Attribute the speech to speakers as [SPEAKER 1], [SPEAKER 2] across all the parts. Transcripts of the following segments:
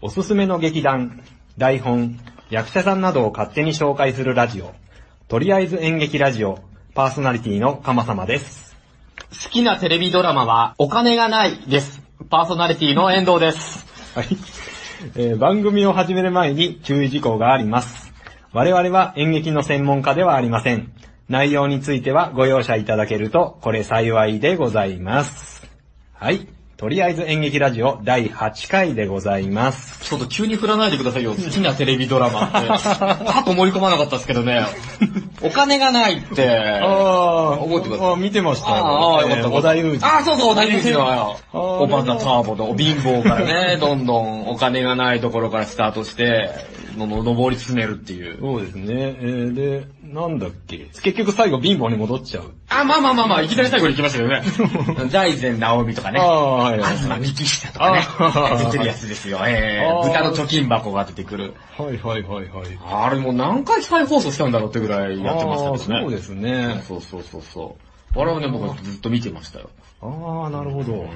[SPEAKER 1] おすすめの劇団、台本、役者さんなどを勝手に紹介するラジオ、とりあえず演劇ラジオ、パーソナリティのかまさまです。
[SPEAKER 2] 好きなテレビドラマは、お金がないです。パーソナリティの遠藤です。
[SPEAKER 1] はい。えー番組を始める前に注意事項があります。我々は演劇の専門家ではありません。内容についてはご容赦いただけると、これ幸いでございます。はい。とりあえず演劇ラジオ第8回でございます。
[SPEAKER 2] ちょっと急に振らないでくださいよ。好きなテレビドラマって。パッと思い込まなかったですけどね。お金がないって。
[SPEAKER 1] あー
[SPEAKER 2] 覚えてください
[SPEAKER 1] あー見てましたよ。
[SPEAKER 2] ああ、よかった。
[SPEAKER 1] えー小田裕二。
[SPEAKER 2] ああ、そうそう、小田裕二の。
[SPEAKER 1] あー
[SPEAKER 2] おばたターボの貧乏からね、どんどんお金がないところからスタートして、のの登り詰めるっていう。
[SPEAKER 1] そうですね。えー、で、なんだっけ。結局最後貧乏に戻っちゃう。
[SPEAKER 2] あ、まあまあまあまあ、いきなり最後に行きましたよね。 財前直美とかね。
[SPEAKER 1] ああー、はいはい。
[SPEAKER 2] 東幹久とかね
[SPEAKER 1] あ、ー
[SPEAKER 2] 出てるやつですよ。え
[SPEAKER 1] あ
[SPEAKER 2] ー、
[SPEAKER 1] ー
[SPEAKER 2] 豚の貯金箱が出てくる。
[SPEAKER 1] はいはいはいはい。
[SPEAKER 2] あれもう何回再放送したんだろうってぐらいやってましたけど
[SPEAKER 1] あー
[SPEAKER 2] ね。
[SPEAKER 1] そうですね。
[SPEAKER 2] そうそうそうそう。あれはね、僕はずっと見てましたよ。
[SPEAKER 1] ああ、なるほど。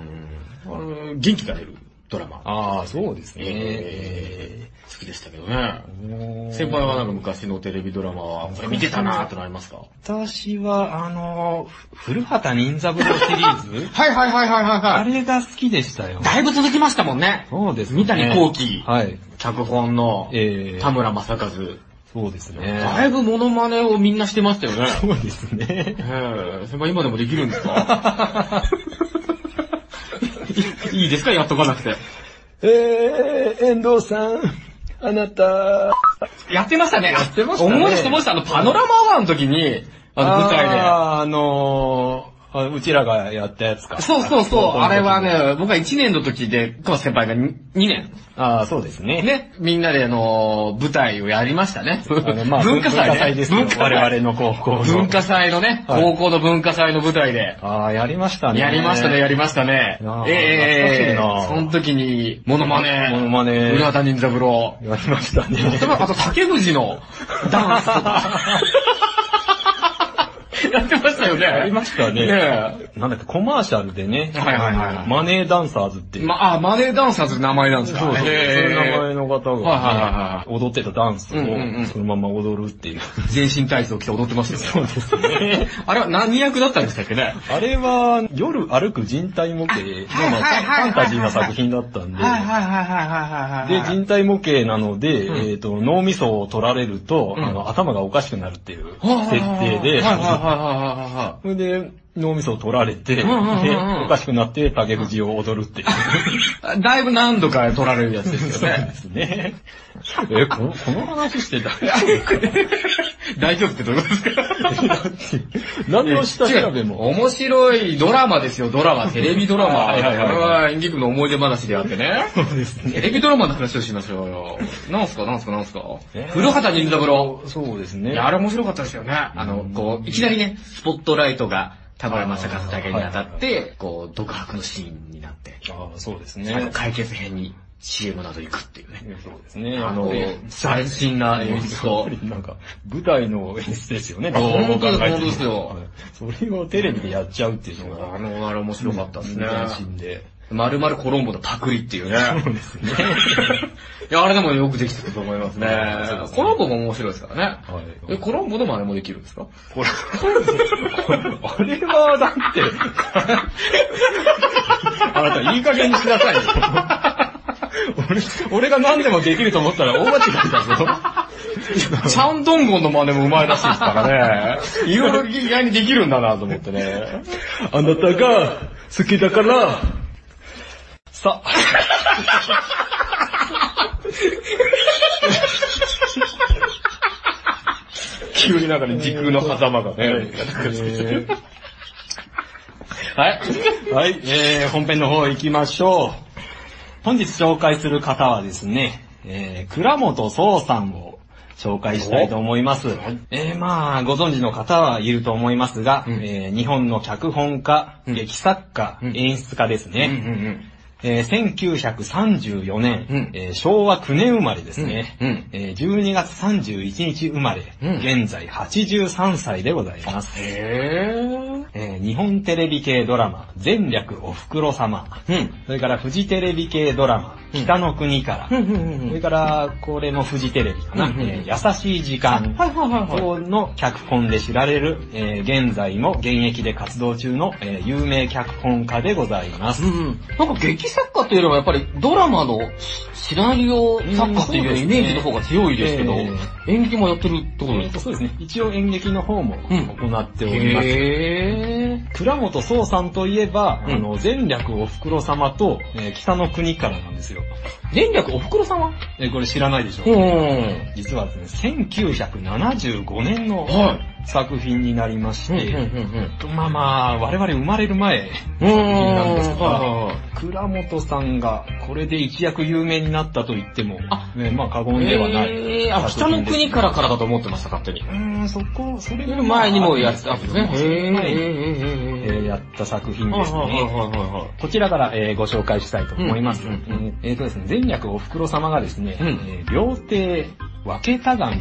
[SPEAKER 2] あれ、元気が出るドラマ。
[SPEAKER 1] ああ、そうですね。
[SPEAKER 2] えー、好きでしたけどね。
[SPEAKER 1] もう
[SPEAKER 2] 先輩はなんか昔のテレビドラマは、これ見てたなーってなりますか
[SPEAKER 1] 私は、あの、ふ古畑任三郎シリーズ
[SPEAKER 2] はいはいはいはいはい
[SPEAKER 1] あ
[SPEAKER 2] い。
[SPEAKER 1] れが好きでしたよ。
[SPEAKER 2] だいぶ続きましたもんね。
[SPEAKER 1] そうですね。
[SPEAKER 2] 三谷幸喜、
[SPEAKER 1] はい。
[SPEAKER 2] 脚本の
[SPEAKER 1] えー
[SPEAKER 2] 田村正和。
[SPEAKER 1] そうですね。
[SPEAKER 2] だいぶモノマネをみんなしてましたよね。
[SPEAKER 1] そうですね。
[SPEAKER 2] ええ、先輩今でもできるんですか いいいですかやっとかなくて。
[SPEAKER 1] えー、遠藤さん、あなた、
[SPEAKER 2] やってましたね。やって
[SPEAKER 1] ましたね
[SPEAKER 2] 思い出してました。あの、パノラマアワーの時に、あの、舞台で。
[SPEAKER 1] あーあのーあうちらがやったやつか。
[SPEAKER 2] そうそうそう、あれは
[SPEAKER 1] ね。
[SPEAKER 2] ね、僕は1年の時で、久保先輩が 2, 年。
[SPEAKER 1] ああ、そうですね。
[SPEAKER 2] ね、みんなであの、舞台をやりましたね。
[SPEAKER 1] あのまあ
[SPEAKER 2] 文化祭,、ね、
[SPEAKER 1] 文化祭ですよ
[SPEAKER 2] 文化祭
[SPEAKER 1] 我々の高校の
[SPEAKER 2] 文化祭のね、
[SPEAKER 1] はい
[SPEAKER 2] 高校の文化祭の舞台で。
[SPEAKER 1] ああ、やりましたね。
[SPEAKER 2] やりましたね、やりましたね
[SPEAKER 1] あ。ー
[SPEAKER 2] ええ
[SPEAKER 1] 懐かしいな
[SPEAKER 2] その時に、モノマネ。
[SPEAKER 1] モノマネ
[SPEAKER 2] 浦田任三郎。
[SPEAKER 1] やりましたね。
[SPEAKER 2] あと、竹藤のダンスとか。 やってましたよね。
[SPEAKER 1] やりましたね
[SPEAKER 2] ね
[SPEAKER 1] なんだっけ、コマーシャルでね。
[SPEAKER 2] はいはいはいはい
[SPEAKER 1] マネーダンサーズって
[SPEAKER 2] え
[SPEAKER 1] いう。
[SPEAKER 2] ま、あ、マネーダンサーズって名前なんですか
[SPEAKER 1] そうそう、そういう名
[SPEAKER 2] へえ
[SPEAKER 1] 前の方
[SPEAKER 2] はいはい
[SPEAKER 1] が
[SPEAKER 2] は、
[SPEAKER 1] ね、踊ってたダンスを
[SPEAKER 2] うんうんうん
[SPEAKER 1] そのまま踊るっていう。
[SPEAKER 2] 全身体操着て踊ってましたよね。そうですね。 あれは何役だったんでしたっけね。
[SPEAKER 1] あれは、夜歩く人体模型の、
[SPEAKER 2] はい
[SPEAKER 1] まあ
[SPEAKER 2] はいはいはいは
[SPEAKER 1] ファ
[SPEAKER 2] い
[SPEAKER 1] ンタジーな作品だったんで、
[SPEAKER 2] いはいはい
[SPEAKER 1] で、人体模型なので、
[SPEAKER 2] うん
[SPEAKER 1] えっ、と、脳みそを取られると、
[SPEAKER 2] うん
[SPEAKER 1] あの、頭がおかしくなるっていう設定で、
[SPEAKER 2] はいはいはいはいは
[SPEAKER 1] それで、脳みそを取られて、で、
[SPEAKER 2] うんうんうんうん
[SPEAKER 1] おかしくなって竹藤を踊るっていう。
[SPEAKER 2] いはい。だいぶ何度か取られるやつですよね
[SPEAKER 1] で。すね。え、この、この話して た
[SPEAKER 2] 大丈夫ってどういうことですか
[SPEAKER 1] 何の下調べ
[SPEAKER 2] 違
[SPEAKER 1] も。
[SPEAKER 2] う面白いドラマですよ、ドラ マ、テレビドラマ。
[SPEAKER 1] はいはいはいはい
[SPEAKER 2] これは演劇部の思い出話であってね。
[SPEAKER 1] そうですね。
[SPEAKER 2] テレビドラマの話をしましょうよ。なんすか、なんすか、なんすか
[SPEAKER 1] えー。
[SPEAKER 2] 古畑任三郎。
[SPEAKER 1] そうです
[SPEAKER 2] い
[SPEAKER 1] ね
[SPEAKER 2] や、。あれ面白かったですよね。あの、こう、いきなりね、スポットライトが田村正和だけに当たっ
[SPEAKER 1] あー
[SPEAKER 2] て、こう、独白のシーンになって、
[SPEAKER 1] ああ、そうです
[SPEAKER 2] 最後
[SPEAKER 1] ね。
[SPEAKER 2] 解決編に CM など行くっていうね。
[SPEAKER 1] そうですね。
[SPEAKER 2] あ
[SPEAKER 1] あ
[SPEAKER 2] の
[SPEAKER 1] の、、
[SPEAKER 2] 斬新な演出
[SPEAKER 1] やっ
[SPEAKER 2] と
[SPEAKER 1] ぱ。りなんか、舞台の演出ですよね。
[SPEAKER 2] あ本当で
[SPEAKER 1] どう
[SPEAKER 2] す
[SPEAKER 1] 考えても
[SPEAKER 2] 本当ですよ
[SPEAKER 1] はいそれをテレビでやっちゃうっていうのが、
[SPEAKER 2] あの、あれ面白かったですね。
[SPEAKER 1] 斬新で。
[SPEAKER 2] まるまるコロンボのパクリっていうね。
[SPEAKER 1] そうですね。
[SPEAKER 2] いや、あれでもよくできてたと思いますね
[SPEAKER 1] そうです。ね
[SPEAKER 2] コロンボも面白いですからね。
[SPEAKER 1] はい
[SPEAKER 2] え、コロンボでもあれもできるんですか
[SPEAKER 1] これ、あれはだ って、あなたいい加減にしなさいよ。俺、俺が何でもできると思ったら大間違いだぞ。
[SPEAKER 2] チャンドンゴンの真似もうまいらしいです からね。いろいろ意外にできるんだなと思ってね。
[SPEAKER 1] あなたが好きだから、さ、
[SPEAKER 2] 急になんかね、時空の狭間が ね。
[SPEAKER 1] え
[SPEAKER 2] はい。
[SPEAKER 1] ーはい、えー、本編の方行きましょう。本日紹介する方はですね、えー、倉本壮さんを紹介したいと思います。えー、まあ、ご存知の方はいると思いますが、
[SPEAKER 2] うん
[SPEAKER 1] えー、日本の脚本家、
[SPEAKER 2] うん
[SPEAKER 1] 劇作家、
[SPEAKER 2] うん
[SPEAKER 1] 演出家ですね。
[SPEAKER 2] うんうん
[SPEAKER 1] えー1934年、
[SPEAKER 2] うん
[SPEAKER 1] えー昭和9年生まれですね、
[SPEAKER 2] うんうん
[SPEAKER 1] えー12月31日生まれ、
[SPEAKER 2] うん
[SPEAKER 1] 現在83歳でございます。
[SPEAKER 2] へぇー。
[SPEAKER 1] えー日本テレビ系ドラマ、全略おふくろ様。
[SPEAKER 2] うん。
[SPEAKER 1] それからフジテレビ系ドラマ、
[SPEAKER 2] うん
[SPEAKER 1] 北の国から。
[SPEAKER 2] うんうんうん
[SPEAKER 1] それから、これもフジテレビかな。
[SPEAKER 2] うんうん
[SPEAKER 1] えー優しい時間。
[SPEAKER 2] はいはいはいはい。
[SPEAKER 1] の脚本で知られる、えー現在も現役で活動中の、えー有名脚本家でございます。
[SPEAKER 2] うん。なんか劇作家というよりもやっぱりドラマのシナリオ作家っていうようなイメージの方が強いですけど、
[SPEAKER 1] うんそうです
[SPEAKER 2] 演劇もやってるってことですか
[SPEAKER 1] そうですね。一応演劇の方も
[SPEAKER 2] うん
[SPEAKER 1] 行っております。
[SPEAKER 2] へ
[SPEAKER 1] 倉本壮さんといえば、
[SPEAKER 2] うん
[SPEAKER 1] あの、前略おふくろ様と、えー北の国からなんですよ。
[SPEAKER 2] ー。前略おふくろ様
[SPEAKER 1] えーこれ知らないでしょ
[SPEAKER 2] う。
[SPEAKER 1] うん実はですね、1975年の
[SPEAKER 2] はい。
[SPEAKER 1] 作品になりまし
[SPEAKER 2] うんうん
[SPEAKER 1] て、まあまあ、我々生まれる前、
[SPEAKER 2] うんうん。
[SPEAKER 1] 品なんですが
[SPEAKER 2] はいはいはい
[SPEAKER 1] 倉本さんがこれで一躍有名になったと言っても、
[SPEAKER 2] あ
[SPEAKER 1] ねまあ過言ではない。
[SPEAKER 2] えー、あ、北の国からからだと思ってました、勝手に。
[SPEAKER 1] うーん、そこ、それより
[SPEAKER 2] 前にもやってたんですね。
[SPEAKER 1] 前にえ
[SPEAKER 2] へ
[SPEAKER 1] ーやった作品
[SPEAKER 2] はい
[SPEAKER 1] です
[SPEAKER 2] はいはい
[SPEAKER 1] ね。
[SPEAKER 2] はいはい。
[SPEAKER 1] こちらから、えーご紹介したいと思います。
[SPEAKER 2] うんうん
[SPEAKER 1] えーとですね、前略お袋様がですね、
[SPEAKER 2] うん
[SPEAKER 1] えー料亭、分けた神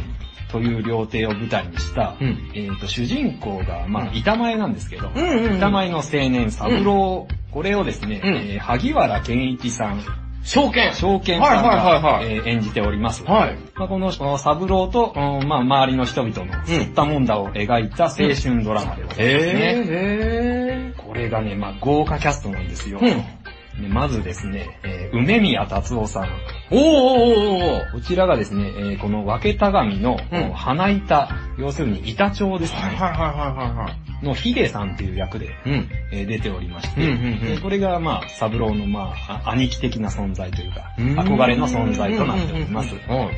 [SPEAKER 1] という料亭を舞台にした、
[SPEAKER 2] うん
[SPEAKER 1] えーと主人公が、ま
[SPEAKER 2] う
[SPEAKER 1] あ、
[SPEAKER 2] ん
[SPEAKER 1] 板前なんですけど、
[SPEAKER 2] うんうんうん
[SPEAKER 1] 板前の青年、三郎、これをですね、
[SPEAKER 2] うん
[SPEAKER 1] えー萩原健一さん、
[SPEAKER 2] 証券
[SPEAKER 1] 証券さん
[SPEAKER 2] はいはいは
[SPEAKER 1] が
[SPEAKER 2] いはい
[SPEAKER 1] えー演じております。
[SPEAKER 2] はい。
[SPEAKER 1] まあ、この、このサブローと、うんまあ、周りの人々の、吸ったもんだを描いた青春ドラマでございますね。
[SPEAKER 2] へ
[SPEAKER 1] これがね、まあ、豪華キャストなんですよ。
[SPEAKER 2] うん
[SPEAKER 1] でまずですね、えー梅宮達夫さん。
[SPEAKER 2] ぇー。おーおーおーおー
[SPEAKER 1] こちらがですね、えーこの分けた神の、
[SPEAKER 2] うん
[SPEAKER 1] 花板、要するに板長ですね、
[SPEAKER 2] はいはいはいはいはい。
[SPEAKER 1] のヒデさんっていう役で、
[SPEAKER 2] うん。
[SPEAKER 1] えー出ておりまして、
[SPEAKER 2] うんうんうん
[SPEAKER 1] でこれがまあ、サブローのまあ、あ兄貴的な存在というか、
[SPEAKER 2] うん
[SPEAKER 1] 憧れの存在となっております。
[SPEAKER 2] は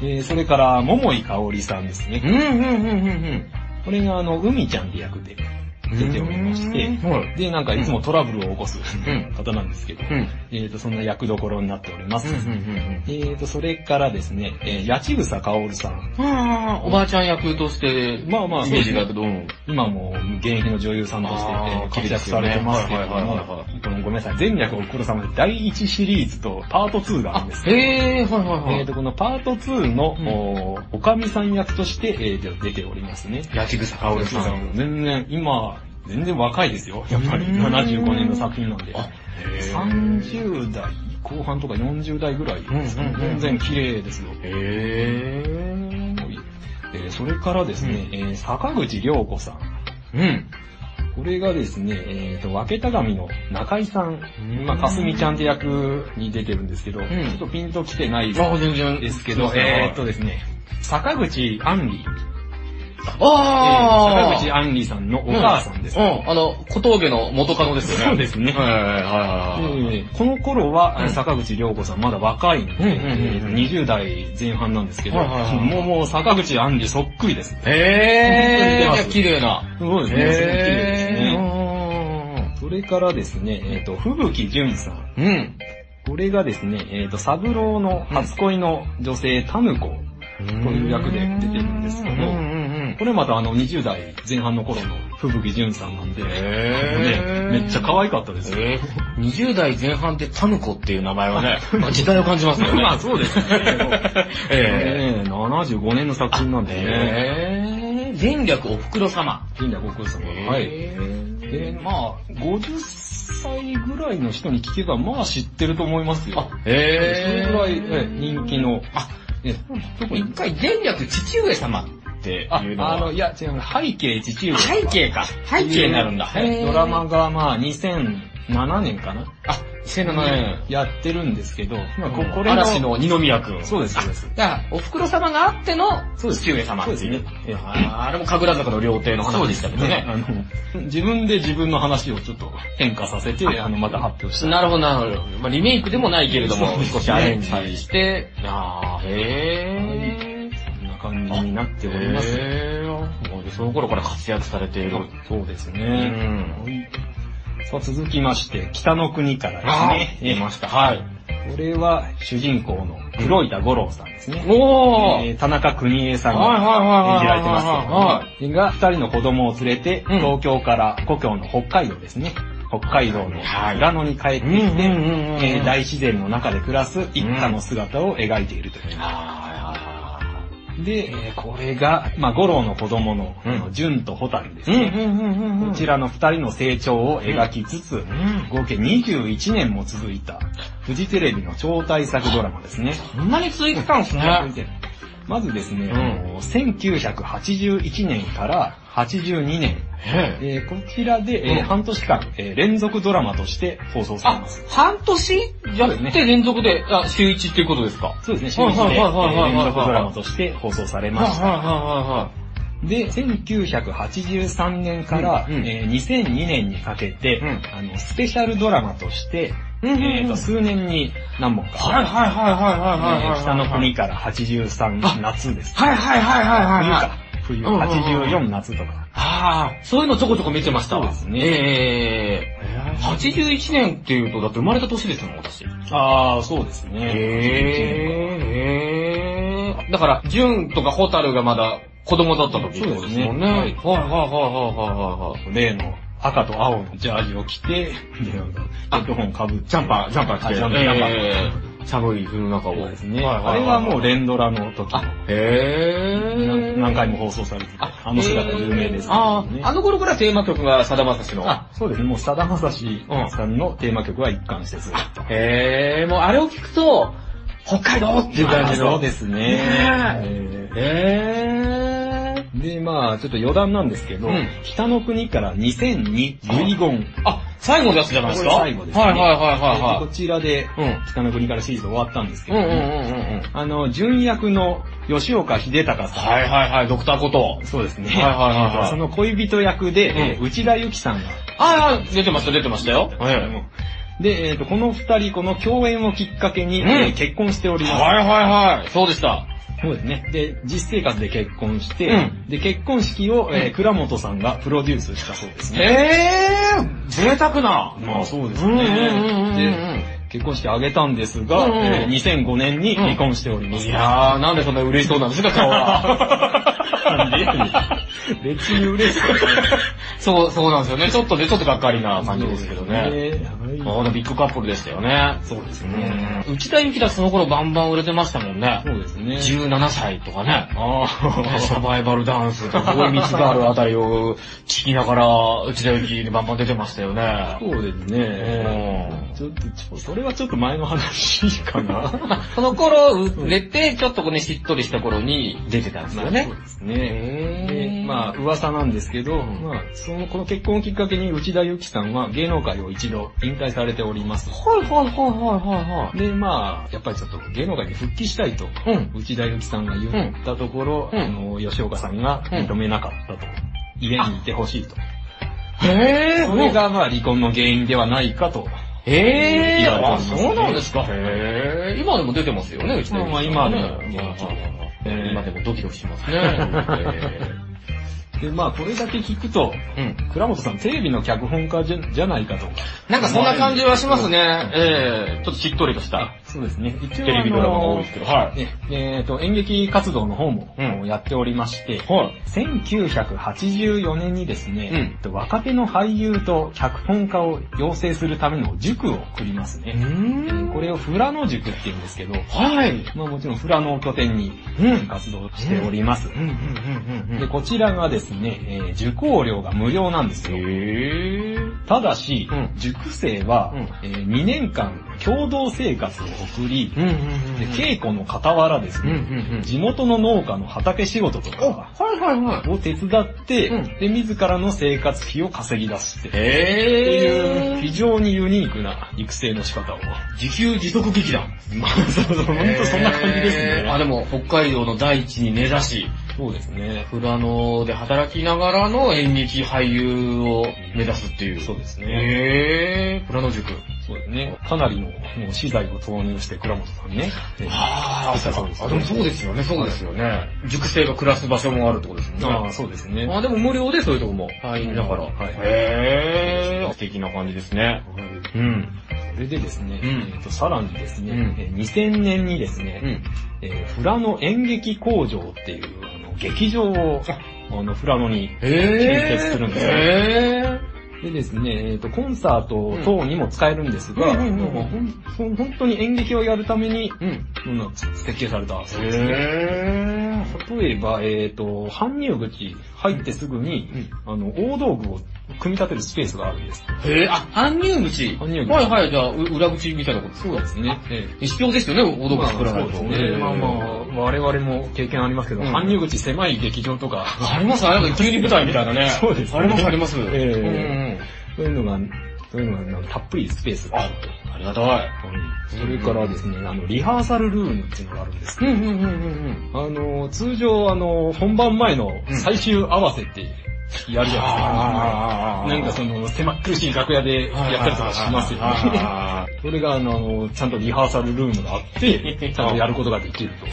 [SPEAKER 2] い。
[SPEAKER 1] でそれから、桃井香織さんですね。
[SPEAKER 2] うんうんうんうん
[SPEAKER 1] これがあの、海ちゃんって役で
[SPEAKER 2] うん。
[SPEAKER 1] 出ておりまして、
[SPEAKER 2] はい。
[SPEAKER 1] で、なんかいつもトラブルを起こす
[SPEAKER 2] ん
[SPEAKER 1] 方なんですけど、
[SPEAKER 2] うん。
[SPEAKER 1] えーと、そんな役どころになっております。
[SPEAKER 2] うんうん
[SPEAKER 1] えーと、それからですね、えー、八千草薫さん。
[SPEAKER 2] うん。はぁ、おばあちゃん役として、
[SPEAKER 1] まあまあ
[SPEAKER 2] イメージだけど、うん。
[SPEAKER 1] 今も現役の女優さんとして、え
[SPEAKER 2] あー
[SPEAKER 1] ー活躍されてますけれど
[SPEAKER 2] はいは
[SPEAKER 1] も
[SPEAKER 2] いはいはいは、
[SPEAKER 1] このごめんなさい、前略おふくろ様で第1シリーズとパート2があるんですけど、
[SPEAKER 2] へぇー、はいは
[SPEAKER 1] え
[SPEAKER 2] いは
[SPEAKER 1] ー
[SPEAKER 2] い。
[SPEAKER 1] と、このパート2の、
[SPEAKER 2] うん
[SPEAKER 1] おおかみさん役として、えー出ておりますね。
[SPEAKER 2] 八千草薫さん。
[SPEAKER 1] 全然、今、全然若いですよ。やっぱり、
[SPEAKER 2] うーん
[SPEAKER 1] 75年の作品なんで。
[SPEAKER 2] へー
[SPEAKER 1] 30代後半とか40代ぐらいですかね
[SPEAKER 2] うんうんうん
[SPEAKER 1] 全然綺麗ですよ。
[SPEAKER 2] へぇー。
[SPEAKER 1] えーそれからですね、えー坂口良子さん。
[SPEAKER 2] うん。
[SPEAKER 1] これがですね、えーと、分けた神の中井さん
[SPEAKER 2] う。ん
[SPEAKER 1] まあ、かすみちゃんって役に出てるんですけど、
[SPEAKER 2] ん
[SPEAKER 1] ちょっとピンときてない
[SPEAKER 2] あ、全然。
[SPEAKER 1] ですけど、えーっとですね、坂口安里。え
[SPEAKER 2] あ
[SPEAKER 1] ー
[SPEAKER 2] ー
[SPEAKER 1] 坂口安里さんのお母さんです
[SPEAKER 2] う。ん、あの、小峠の元カノですよね。
[SPEAKER 1] そうですね
[SPEAKER 2] はいはいはいはい。
[SPEAKER 1] ええこの頃は、
[SPEAKER 2] うん
[SPEAKER 1] 坂口涼子さんまだ若いんで、
[SPEAKER 2] うんうんうんうん
[SPEAKER 1] 20代前半なんですけど、
[SPEAKER 2] はいはいはい
[SPEAKER 1] もうもう坂口杏里そっくりです。
[SPEAKER 2] え
[SPEAKER 1] 本当に似てま
[SPEAKER 2] ー、
[SPEAKER 1] す
[SPEAKER 2] いや綺麗な。
[SPEAKER 1] そうですね、すごい綺麗ですね。
[SPEAKER 2] え
[SPEAKER 1] それからですね、えっ、と、吹雪純さん。
[SPEAKER 2] ー。うん。
[SPEAKER 1] これがですね、えっ、と、三郎の初恋の女性、タムコ。こういう役で出てるんですけど
[SPEAKER 2] うんうん
[SPEAKER 1] これまたあの、20代前半の頃の吹雪純さんなんで、
[SPEAKER 2] へー
[SPEAKER 1] ねめっちゃ可愛かったですよ。
[SPEAKER 2] えー、20代前半ってタムコっていう名前 はね、まあ時代を感じますよね。
[SPEAKER 1] まあそうですけど、ね
[SPEAKER 2] え
[SPEAKER 1] 75年の作品なん
[SPEAKER 2] ー
[SPEAKER 1] でね。
[SPEAKER 2] えー、前略お袋様。
[SPEAKER 1] 銀河国さんは。はい。
[SPEAKER 2] えー
[SPEAKER 1] で、まあ、50歳ぐらいの人に聞けば、まあ知ってると思いますよ。
[SPEAKER 2] あ、
[SPEAKER 1] それ
[SPEAKER 2] え
[SPEAKER 1] ぐ
[SPEAKER 2] ー。
[SPEAKER 1] らい、え人気の。
[SPEAKER 2] あ、
[SPEAKER 1] え特に
[SPEAKER 2] 一、回前略父上様って
[SPEAKER 1] あ、
[SPEAKER 2] いうのは
[SPEAKER 1] あの、いや、違う、背景父上。
[SPEAKER 2] 背景か。背景になるんだ。
[SPEAKER 1] はいドラ。マがまあ2007年かな
[SPEAKER 2] あ、2007年。
[SPEAKER 1] やってるんですけど、まあここれ
[SPEAKER 2] 嵐の二宮くん。
[SPEAKER 1] そうです、そうです。
[SPEAKER 2] じゃあ、お袋様があっての、
[SPEAKER 1] そうです
[SPEAKER 2] 父上様っていう。
[SPEAKER 1] そうですねええ
[SPEAKER 2] あーあれも神楽坂の料亭の話でしたけどね。
[SPEAKER 1] あの、自分で自分の話をちょっと変化させて、あの、また発表した。
[SPEAKER 2] なるほど、なるほど。まあ、リメイクでもないけれど
[SPEAKER 1] そう
[SPEAKER 2] も、
[SPEAKER 1] ですね
[SPEAKER 2] 少しアレンジして、あー、へー。
[SPEAKER 1] こんな感じになっております。
[SPEAKER 2] へーもうその頃から活躍されている。
[SPEAKER 1] そうです
[SPEAKER 2] う
[SPEAKER 1] ね。
[SPEAKER 2] ん。
[SPEAKER 1] さあ続きまして、北の国から
[SPEAKER 2] あ
[SPEAKER 1] です
[SPEAKER 2] ー、い
[SPEAKER 1] ね
[SPEAKER 2] ました。はい。
[SPEAKER 1] え。これは主人公の黒板五郎さんですね。
[SPEAKER 2] お
[SPEAKER 1] えー田中邦衛さん
[SPEAKER 2] はいはいはいはい
[SPEAKER 1] が演じられてますけれども
[SPEAKER 2] は
[SPEAKER 1] が、二人の子供を連れて、
[SPEAKER 2] うん
[SPEAKER 1] 東京から故郷の北海道ですね。北海道の
[SPEAKER 2] はい
[SPEAKER 1] 富良野に帰ってきて、
[SPEAKER 2] うんうんうんうん
[SPEAKER 1] えー大自然の中で暮らす一家の姿を描いているという。
[SPEAKER 2] はいはいはいはい
[SPEAKER 1] で、えーこれが、まあ、五郎の子供の、
[SPEAKER 2] うん
[SPEAKER 1] あの純と蛍です
[SPEAKER 2] うんう
[SPEAKER 1] ね。
[SPEAKER 2] んうんうんうん。
[SPEAKER 1] こちらの二人の成長を描きつつ、
[SPEAKER 2] ん
[SPEAKER 1] 合計21年も続いた、フジテレビの超大作ドラマですね。
[SPEAKER 2] そんなに続いてたんですね。
[SPEAKER 1] まずですね、
[SPEAKER 2] ん
[SPEAKER 1] あの1981年から82年、
[SPEAKER 2] へえ
[SPEAKER 1] えーこちらで、えー
[SPEAKER 2] うん
[SPEAKER 1] 半年間、えー連続ドラマとして放送され
[SPEAKER 2] あ
[SPEAKER 1] ます。、
[SPEAKER 2] 半年やって連続で、あ、週一っていうことですか
[SPEAKER 1] そうですね、週
[SPEAKER 2] はい
[SPEAKER 1] 一で、え
[SPEAKER 2] はいはいはいはいは
[SPEAKER 1] ー
[SPEAKER 2] い
[SPEAKER 1] 連続ドラマとして放送されました。
[SPEAKER 2] は
[SPEAKER 1] で、1983年から、
[SPEAKER 2] うんうん
[SPEAKER 1] えー2002年にかけて、
[SPEAKER 2] うん
[SPEAKER 1] あのスペシャルドラマとして、
[SPEAKER 2] うんうんうん
[SPEAKER 1] えーと数年に何本か、
[SPEAKER 2] いはいはいはいはいはいはいはいはい
[SPEAKER 1] え
[SPEAKER 2] は
[SPEAKER 1] ー
[SPEAKER 2] い。
[SPEAKER 1] 北の
[SPEAKER 2] はい
[SPEAKER 1] 国から83夏です。
[SPEAKER 2] はいはいはいはい
[SPEAKER 1] 冬
[SPEAKER 2] はい。
[SPEAKER 1] か。冬、
[SPEAKER 2] うんうんう
[SPEAKER 1] 84
[SPEAKER 2] ん
[SPEAKER 1] 夏とか。
[SPEAKER 2] ああ、そういうのちょこちょこ見てました。
[SPEAKER 1] そうですね
[SPEAKER 2] ね。ええ81年っていうと、だって生まれた年ですもん、私。へ
[SPEAKER 1] ああ、そうですね。
[SPEAKER 2] え。へえ。だから、純とかホタルがまだ子供だった時ってことですもんね。
[SPEAKER 1] そう
[SPEAKER 2] は
[SPEAKER 1] で
[SPEAKER 2] いはいはい
[SPEAKER 1] すね
[SPEAKER 2] はいはいは
[SPEAKER 1] 例
[SPEAKER 2] い。
[SPEAKER 1] の赤と青のジャージを着て、でヘッドホンかぶって。
[SPEAKER 2] ジャンパー、ジャンパー着
[SPEAKER 1] あ
[SPEAKER 2] て。
[SPEAKER 1] ジャンパー、ジャンパー。
[SPEAKER 2] えー寒い冬の中を。
[SPEAKER 1] そうですね。
[SPEAKER 2] はい
[SPEAKER 1] あれはもう、連ドラの時の
[SPEAKER 2] あ、へ
[SPEAKER 1] 何
[SPEAKER 2] ー。
[SPEAKER 1] 何回も放送されてて、あの姿有名です、ね。
[SPEAKER 2] あーあの頃からテーマ曲がさだまさしの。
[SPEAKER 1] あそうですね。もう、さだまさしさんのテーマ曲は一貫してずっと。
[SPEAKER 2] へー、もうあれを聞くと、北海道っていう感じ
[SPEAKER 1] まあ
[SPEAKER 2] の。
[SPEAKER 1] そうですね。
[SPEAKER 2] ね
[SPEAKER 1] え
[SPEAKER 2] へー。
[SPEAKER 1] ーで、まあちょっと余談なんですけど、
[SPEAKER 2] うん
[SPEAKER 1] 北の国から2002遺言。
[SPEAKER 2] あ、最後のやつじゃないですか
[SPEAKER 1] これ最後ですね
[SPEAKER 2] はいはいはい
[SPEAKER 1] で
[SPEAKER 2] は
[SPEAKER 1] こちらで、
[SPEAKER 2] いはい。
[SPEAKER 1] 北の国からシリーズ終わったんですけ
[SPEAKER 2] うん。う
[SPEAKER 1] ど、
[SPEAKER 2] んうんうんうんうん。
[SPEAKER 1] あの、純役の吉岡秀隆さん。
[SPEAKER 2] はいはいはい、ドクターこと。
[SPEAKER 1] そうですね。
[SPEAKER 2] はいはいはいはい
[SPEAKER 1] その恋人役で、
[SPEAKER 2] うん
[SPEAKER 1] えー内田有紀さんが。
[SPEAKER 2] あー、出てました出てましたよ。はいはい
[SPEAKER 1] で、えーと、この二人、この共演をきっかけに、
[SPEAKER 2] うん
[SPEAKER 1] えー結婚しております。
[SPEAKER 2] はいはい。そうでした。
[SPEAKER 1] そうですね。で、実生活で結婚して、
[SPEAKER 2] うん
[SPEAKER 1] で、結婚式を、えー
[SPEAKER 2] うん
[SPEAKER 1] 倉本さんがプロデュースしたそうですね。
[SPEAKER 2] えー、贅沢な。
[SPEAKER 1] まあそうです
[SPEAKER 2] うんうん
[SPEAKER 1] ね。で、結婚式あげたんですが、
[SPEAKER 2] うんうん
[SPEAKER 1] えー2005年に離婚しております。
[SPEAKER 2] いやー、なんでそんな嬉しそうなんですか、顔
[SPEAKER 1] なんでやね
[SPEAKER 2] は。
[SPEAKER 1] ん 別に嬉しくない。
[SPEAKER 2] そう、そうなんですよね。ちょっとね、ちょっとがっかりな 感じですけどね。
[SPEAKER 1] はい
[SPEAKER 2] あのビッグカップルでしたよね。
[SPEAKER 1] そうですね。
[SPEAKER 2] うん内田有紀だってその頃バンバン売れてましたもんね。
[SPEAKER 1] そうですね。
[SPEAKER 2] 17歳とかね。
[SPEAKER 1] ああ、
[SPEAKER 2] サバイバルダンスとか、ボーイミツガールあたりを聞きながら、内田有紀にバンバン出てましたよね。
[SPEAKER 1] そうです
[SPEAKER 2] う
[SPEAKER 1] ね。ちょっと、ちょそれはちょっと前の話かな。
[SPEAKER 2] まあその頃売れて、ちょっとこうね、しっとりした頃に出てたんですよね
[SPEAKER 1] そう。ですね。
[SPEAKER 2] へ
[SPEAKER 1] で
[SPEAKER 2] ー
[SPEAKER 1] まあ、噂なんですけど、まあ、その、この結婚をきっかけに内田有紀さんは芸能界を一度引退されております。
[SPEAKER 2] はいはいはいはいはいは
[SPEAKER 1] で、まあ、やっぱりちょっと芸能界に復帰したいと、
[SPEAKER 2] い。うん。
[SPEAKER 1] 内田有紀さんが言ったところ、
[SPEAKER 2] うん
[SPEAKER 1] あの、吉岡さんが認めなかったと。家にいてほしいと。
[SPEAKER 2] へ
[SPEAKER 1] それがまあ離婚の原因ではないかと。
[SPEAKER 2] ええ
[SPEAKER 1] 言わ
[SPEAKER 2] あ、
[SPEAKER 1] れてますね
[SPEAKER 2] そうなんですか。へえ今でも出てますよね、うちの
[SPEAKER 1] まあ
[SPEAKER 2] 家
[SPEAKER 1] まあ
[SPEAKER 2] ね
[SPEAKER 1] 今でも
[SPEAKER 2] はいはいはい
[SPEAKER 1] ええ
[SPEAKER 2] 今でもドキドキしますね。へ
[SPEAKER 1] で、まあこれだけ聞くと、
[SPEAKER 2] え うん。
[SPEAKER 1] 倉本さんテレビの脚本家じゃじゃないかと。
[SPEAKER 2] なんかそんな感じはしますね。ええちょっとしっとりとした
[SPEAKER 1] そうですね。一
[SPEAKER 2] テ
[SPEAKER 1] 応
[SPEAKER 2] レビドラマが多いですすけど。は。
[SPEAKER 1] ね、えっ、と、演劇活動の方も
[SPEAKER 2] うん
[SPEAKER 1] やっておりまして、
[SPEAKER 2] はい。
[SPEAKER 1] 1984年にですね、
[SPEAKER 2] うん
[SPEAKER 1] えっと若手の俳優と脚本家を養成するための塾を送ります
[SPEAKER 2] う
[SPEAKER 1] ね。
[SPEAKER 2] ーん。
[SPEAKER 1] これを富良野塾って言うんですけど、
[SPEAKER 2] はい。
[SPEAKER 1] まあもちろん富良野を拠点に
[SPEAKER 2] うん。うん、
[SPEAKER 1] 活動しております。
[SPEAKER 2] うん、うん、
[SPEAKER 1] で、こちらがですね、えー受講料が無料なんです
[SPEAKER 2] うん。
[SPEAKER 1] よ。
[SPEAKER 2] へえ
[SPEAKER 1] ただし、
[SPEAKER 2] うん
[SPEAKER 1] 塾生は、
[SPEAKER 2] うん
[SPEAKER 1] え2年間共同生活を送り、
[SPEAKER 2] うん、うん、
[SPEAKER 1] で稽古の傍らです
[SPEAKER 2] うん、うん、
[SPEAKER 1] ね、
[SPEAKER 2] うん。
[SPEAKER 1] 地元の農家の畑仕事と
[SPEAKER 2] お、
[SPEAKER 1] か
[SPEAKER 2] はいはいはい。
[SPEAKER 1] を手伝って、
[SPEAKER 2] うん
[SPEAKER 1] で、自らの生活費を稼ぎ出して、っていう
[SPEAKER 2] へえ
[SPEAKER 1] 非常にユニークな育成の仕方を。
[SPEAKER 2] 自給自足劇団。
[SPEAKER 1] まあ、そうそう、ほんとそんな感じです
[SPEAKER 2] へーあ、
[SPEAKER 1] ね。
[SPEAKER 2] でも、北海道の大地に根ざし、
[SPEAKER 1] そうですね。
[SPEAKER 2] 富良野で働きながらの演劇俳優を目指すっていう。
[SPEAKER 1] そうですね。
[SPEAKER 2] へー、富良野塾。
[SPEAKER 1] そうですね。かなりのもう資材を投入して、倉本さんね。え
[SPEAKER 2] あ
[SPEAKER 1] ーそうです
[SPEAKER 2] あ、でもそうですよね、そうですよね。塾生が暮らす場所もあるってことですもんね。
[SPEAKER 1] ああ、そうですね。
[SPEAKER 2] あ、でも無料でそういうとこも入りながら。
[SPEAKER 1] はい
[SPEAKER 2] へー、素敵な感じですね。うん。
[SPEAKER 1] それでですね、
[SPEAKER 2] うん
[SPEAKER 1] えーとさらにですね、
[SPEAKER 2] うん
[SPEAKER 1] えー2000年にですね、
[SPEAKER 2] うん。
[SPEAKER 1] えー富良野演劇工場っていうあの劇場をあの富良野に、
[SPEAKER 2] へ
[SPEAKER 1] 建設するんですね
[SPEAKER 2] へー。
[SPEAKER 1] でですね、えーとコンサート等にも使えるんですが、
[SPEAKER 2] うんうんうんうん
[SPEAKER 1] もうほんほん本当に演劇をやるために
[SPEAKER 2] うん。
[SPEAKER 1] うん設計されたそうですね。
[SPEAKER 2] へー。
[SPEAKER 1] 例えば、えっ、と、搬入口入ってすぐに、あの、大道具を組み立てるスペースがあるんです。
[SPEAKER 2] へえ、あ、搬入口。
[SPEAKER 1] 搬入口
[SPEAKER 2] はいはい、じゃあ、う裏口みたいなことですそうです
[SPEAKER 1] ね。ええ
[SPEAKER 2] 必要ですよね、お道具作ら
[SPEAKER 1] ま
[SPEAKER 2] な
[SPEAKER 1] あ
[SPEAKER 2] い
[SPEAKER 1] そう
[SPEAKER 2] と。
[SPEAKER 1] ですね。まあま
[SPEAKER 2] あ。
[SPEAKER 1] あ、我々も経験ありますけど、
[SPEAKER 2] うん
[SPEAKER 1] 搬入口狭い劇場とか、
[SPEAKER 2] ありますあれ急に舞台みたいなね。
[SPEAKER 1] そうですね
[SPEAKER 2] ありますあります。
[SPEAKER 1] ええ
[SPEAKER 2] うんうん
[SPEAKER 1] そういうのが、そういうのがなんかたっぷりスペースがあると。
[SPEAKER 2] ありがたい。
[SPEAKER 1] うんそれからですね、あの、リハーサルルームっていうのがあるんです。
[SPEAKER 2] うんうんうんうん
[SPEAKER 1] あの、通常、あの、本番前の
[SPEAKER 2] うん
[SPEAKER 1] 最終合わせってやるじゃない
[SPEAKER 2] あー
[SPEAKER 1] ですか。なんかその、狭苦しい楽屋でやったりとかしますよね。
[SPEAKER 2] あ
[SPEAKER 1] それが、あの、ちゃんとリハーサルルームがあって、 ちゃんとやることができると
[SPEAKER 2] ー。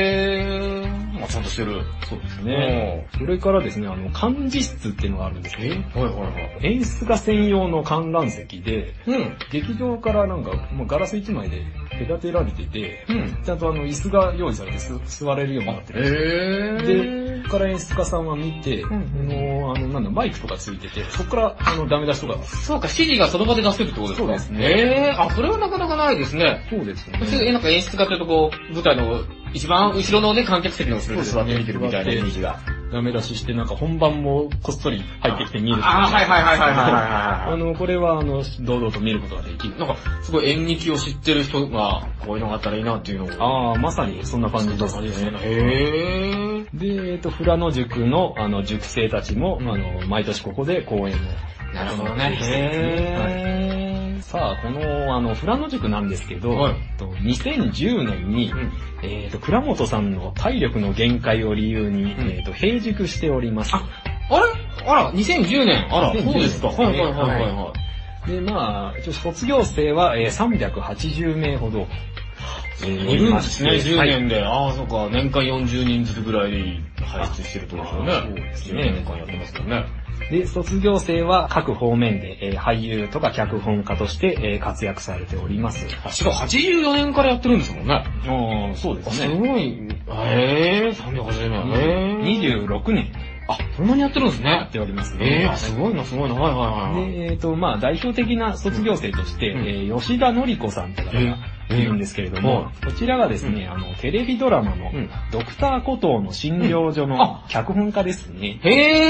[SPEAKER 2] へぇー。まあちゃんとしてる。
[SPEAKER 1] そうですね。それからですね、あの、漢字室っていうのがあるんですけど、
[SPEAKER 2] はいはいはい。
[SPEAKER 1] 演出家専用の観覧席で、
[SPEAKER 2] うん。
[SPEAKER 1] 劇場からなんか、もうガラス一枚で隔てられてて、
[SPEAKER 2] うん。
[SPEAKER 1] ちゃんとあの、椅子が用意されてす座れるようになってる。
[SPEAKER 2] へ
[SPEAKER 1] で、そこから演出家さんは見て、
[SPEAKER 2] うん
[SPEAKER 1] あの、あの、なんだ、マイクとかついてて、そこから、あの、ダメ出しとか。
[SPEAKER 2] そうか、指示がその場で出せるってことですか
[SPEAKER 1] そうですね
[SPEAKER 2] ね。えー、あ、それはなかなかないですね。
[SPEAKER 1] そうです
[SPEAKER 2] 普通、なんか演出家というとこう、舞台の一番後ろのね、観客席の後ろで座って見てるみたいなイメージが。
[SPEAKER 1] ダメ出しして、なんか本番もこっそり入ってきて見える。
[SPEAKER 2] あー、はいはいはいはいはいはい
[SPEAKER 1] あ
[SPEAKER 2] は
[SPEAKER 1] の、これは、あの、堂々と見ることができる
[SPEAKER 2] い。。なんか、すごい演劇を知ってる人が、こういうのがあったらいいなっていうのを。
[SPEAKER 1] ああ、まさにそんな感じですね。
[SPEAKER 2] へー。
[SPEAKER 1] で、えっと、富良野塾の、あの、塾生たちも、
[SPEAKER 2] うん
[SPEAKER 1] あの、毎年ここで講演を。
[SPEAKER 2] なるほどね。
[SPEAKER 1] へさあ、この、あの、富良野塾なんですけど、
[SPEAKER 2] はい
[SPEAKER 1] えっと2010年に、
[SPEAKER 2] うん
[SPEAKER 1] えっと、倉本さんの体力の限界を理由に、
[SPEAKER 2] うん
[SPEAKER 1] えっと、閉塾しております。
[SPEAKER 2] ああれあら、2010年。あら、
[SPEAKER 1] 2010
[SPEAKER 2] そうですか。
[SPEAKER 1] ね
[SPEAKER 2] はいはいはいはいはい。
[SPEAKER 1] で、まあ、一応卒業生は、えー、380名ほど、えー
[SPEAKER 2] いるんですね、
[SPEAKER 1] いまして
[SPEAKER 2] 10年で。ああ、そっか、年間40人ずつぐらい輩出してるってことですよね。
[SPEAKER 1] そうです
[SPEAKER 2] 10
[SPEAKER 1] ね
[SPEAKER 2] 年間やってますからね。
[SPEAKER 1] で、卒業生は各方面で、えー俳優とか脚本家として、えー活躍されております。
[SPEAKER 2] あ、しかも84年からやってるんですもんね。
[SPEAKER 1] ああ、そうですすね。
[SPEAKER 2] ごい、ええー、380年。えー、
[SPEAKER 1] 26年
[SPEAKER 2] あ、そんなにやってるんです
[SPEAKER 1] や
[SPEAKER 2] ね
[SPEAKER 1] っ。ております
[SPEAKER 2] ええ
[SPEAKER 1] ね
[SPEAKER 2] ー、。すごいな、すごいな、はいはいはいはい。
[SPEAKER 1] で、えっ、と、まあ代表的な卒業生として、
[SPEAKER 2] うん
[SPEAKER 1] えー吉田のり子さんって方がいるんですけれども、こちらがですね、あの、テレビドラマの、
[SPEAKER 2] うん
[SPEAKER 1] ドクターコトーの診療所
[SPEAKER 2] うんあ
[SPEAKER 1] の脚本家ですね。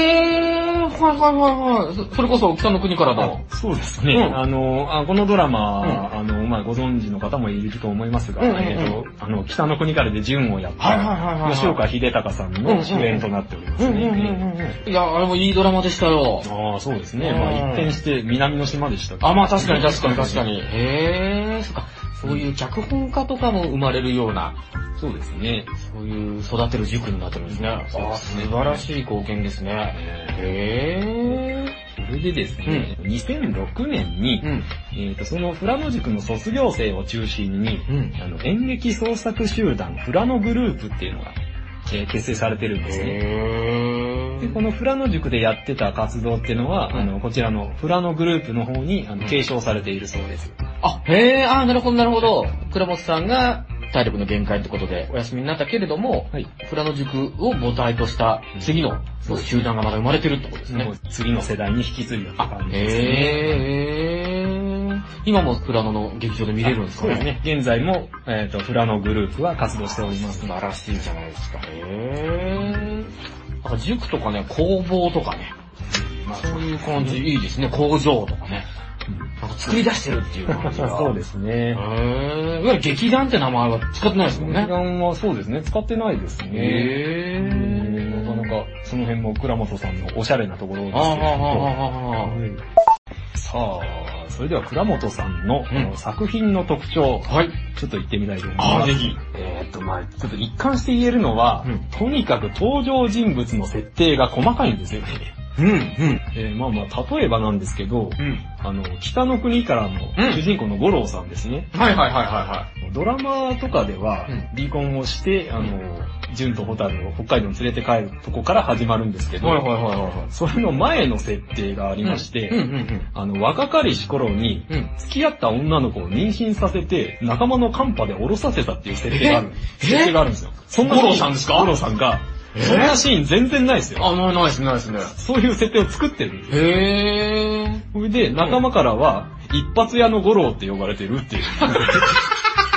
[SPEAKER 2] へえー、はいはいはいはい。そそれこそ北の国からだ。
[SPEAKER 1] そうですね。
[SPEAKER 2] うん
[SPEAKER 1] あのあ、このドラマ、あの、まあご存知の方もいると思いますが、
[SPEAKER 2] うんうんうん
[SPEAKER 1] えっ、と、あの、北の国からで純をやっ
[SPEAKER 2] はいはいはいはいは
[SPEAKER 1] た、
[SPEAKER 2] い
[SPEAKER 1] 吉岡秀隆さんの主演となっておりますね。
[SPEAKER 2] いや、あれもいいドラマでしたよ。
[SPEAKER 1] ああ、そうですね。まあ
[SPEAKER 2] うん
[SPEAKER 1] 一転して南の島でしたけど
[SPEAKER 2] あ、まあ確かに確かに確かに。へー、そっか。そういう脚本家とかも生まれるような、
[SPEAKER 1] そうですね。
[SPEAKER 2] そういう育てる塾になってるんですね。あ
[SPEAKER 1] そう
[SPEAKER 2] ー
[SPEAKER 1] です
[SPEAKER 2] 素
[SPEAKER 1] ね
[SPEAKER 2] 晴らしい貢献ですね。へ
[SPEAKER 1] それでですね、2006年に、
[SPEAKER 2] ー。うん。
[SPEAKER 1] えー、とその富良野塾の卒業生を中心に、
[SPEAKER 2] うん
[SPEAKER 1] あの演劇創作集団富良野グループっていうのが、えー結成されてるんですね。
[SPEAKER 2] へ
[SPEAKER 1] で、
[SPEAKER 2] ー。
[SPEAKER 1] この富良野塾でやってた活動っていうのは、
[SPEAKER 2] うん
[SPEAKER 1] あの、こちらの富良野グループの方に、あ
[SPEAKER 2] う
[SPEAKER 1] の、
[SPEAKER 2] ん
[SPEAKER 1] 継承されているそうです。
[SPEAKER 2] あ、へー、あー、なるほどなるほど。倉本さんが体力の限界ってことでお休みになったけれども、
[SPEAKER 1] はい。
[SPEAKER 2] フラの塾を母体とした次の
[SPEAKER 1] そうです
[SPEAKER 2] 集団がまだ生まれてるってことですね
[SPEAKER 1] もう。次の世代に引き継いだって感じですね。
[SPEAKER 2] へー。今も富良野の劇場で見れるんですか
[SPEAKER 1] そう
[SPEAKER 2] ね
[SPEAKER 1] ですね。現在も、えっ、と、富良野グループは活動しております
[SPEAKER 2] 素。晴らしいじゃないですか。へー。なんか塾とかね、工房とかね、
[SPEAKER 1] まあ
[SPEAKER 2] そういう感じいいですね。工場とかね。なんか作り出してるっていう感じ が。
[SPEAKER 1] そうですね
[SPEAKER 2] へ。ー。いわゆる劇団って名前は使ってないですもん
[SPEAKER 1] 時
[SPEAKER 2] ね。
[SPEAKER 1] 間はそうですね、使ってないですね。
[SPEAKER 2] へ
[SPEAKER 1] なかなか、その辺も倉本さんのおしゃれなところですけ
[SPEAKER 2] あー
[SPEAKER 1] れど
[SPEAKER 2] はーはー
[SPEAKER 1] も。
[SPEAKER 2] はーはー
[SPEAKER 1] さあ、それでは倉本さんの,、
[SPEAKER 2] うん
[SPEAKER 1] あの作品の特徴、
[SPEAKER 2] はい。
[SPEAKER 1] ちょっと言ってみたいと思い
[SPEAKER 2] あ
[SPEAKER 1] ま
[SPEAKER 2] ー、
[SPEAKER 1] す。
[SPEAKER 2] ぜひ。
[SPEAKER 1] えーっと、まあちょっと一貫して言えるのは、
[SPEAKER 2] うん
[SPEAKER 1] とにかく登場人物の設定が細かいんですよね。
[SPEAKER 2] うん、うん。
[SPEAKER 1] えーまあまあ、例えばなんですけど、
[SPEAKER 2] うん。
[SPEAKER 1] あの、北の国からの
[SPEAKER 2] うん
[SPEAKER 1] 主人公の五郎さんですね。
[SPEAKER 2] はいはいはいはいは
[SPEAKER 1] ドラマとかでは
[SPEAKER 2] うん、
[SPEAKER 1] 離婚をして、あの、純と蛍を北海道に連れて帰るとこから始まるんですけ
[SPEAKER 2] い。
[SPEAKER 1] ど、
[SPEAKER 2] はいはいはいはいは
[SPEAKER 1] それの前の設定があ
[SPEAKER 2] い。
[SPEAKER 1] りまして、
[SPEAKER 2] うんうん
[SPEAKER 1] あの、若かりし頃に、
[SPEAKER 2] うん。うん。
[SPEAKER 1] 付き合った女の子を妊娠させて、仲間のカンパで降ろさせたっていう設定がある。
[SPEAKER 2] え
[SPEAKER 1] 設定があるんですよ。そシーン
[SPEAKER 2] 五郎さんですか
[SPEAKER 1] 五郎さんが、
[SPEAKER 2] え
[SPEAKER 1] そんなシーン全然ないですよ。
[SPEAKER 2] あ、ないないですね、ないですね。
[SPEAKER 1] そういう設定を作ってるんです。
[SPEAKER 2] へー。
[SPEAKER 1] それで、仲間からは、一発屋の五郎って呼ばれてるっていう。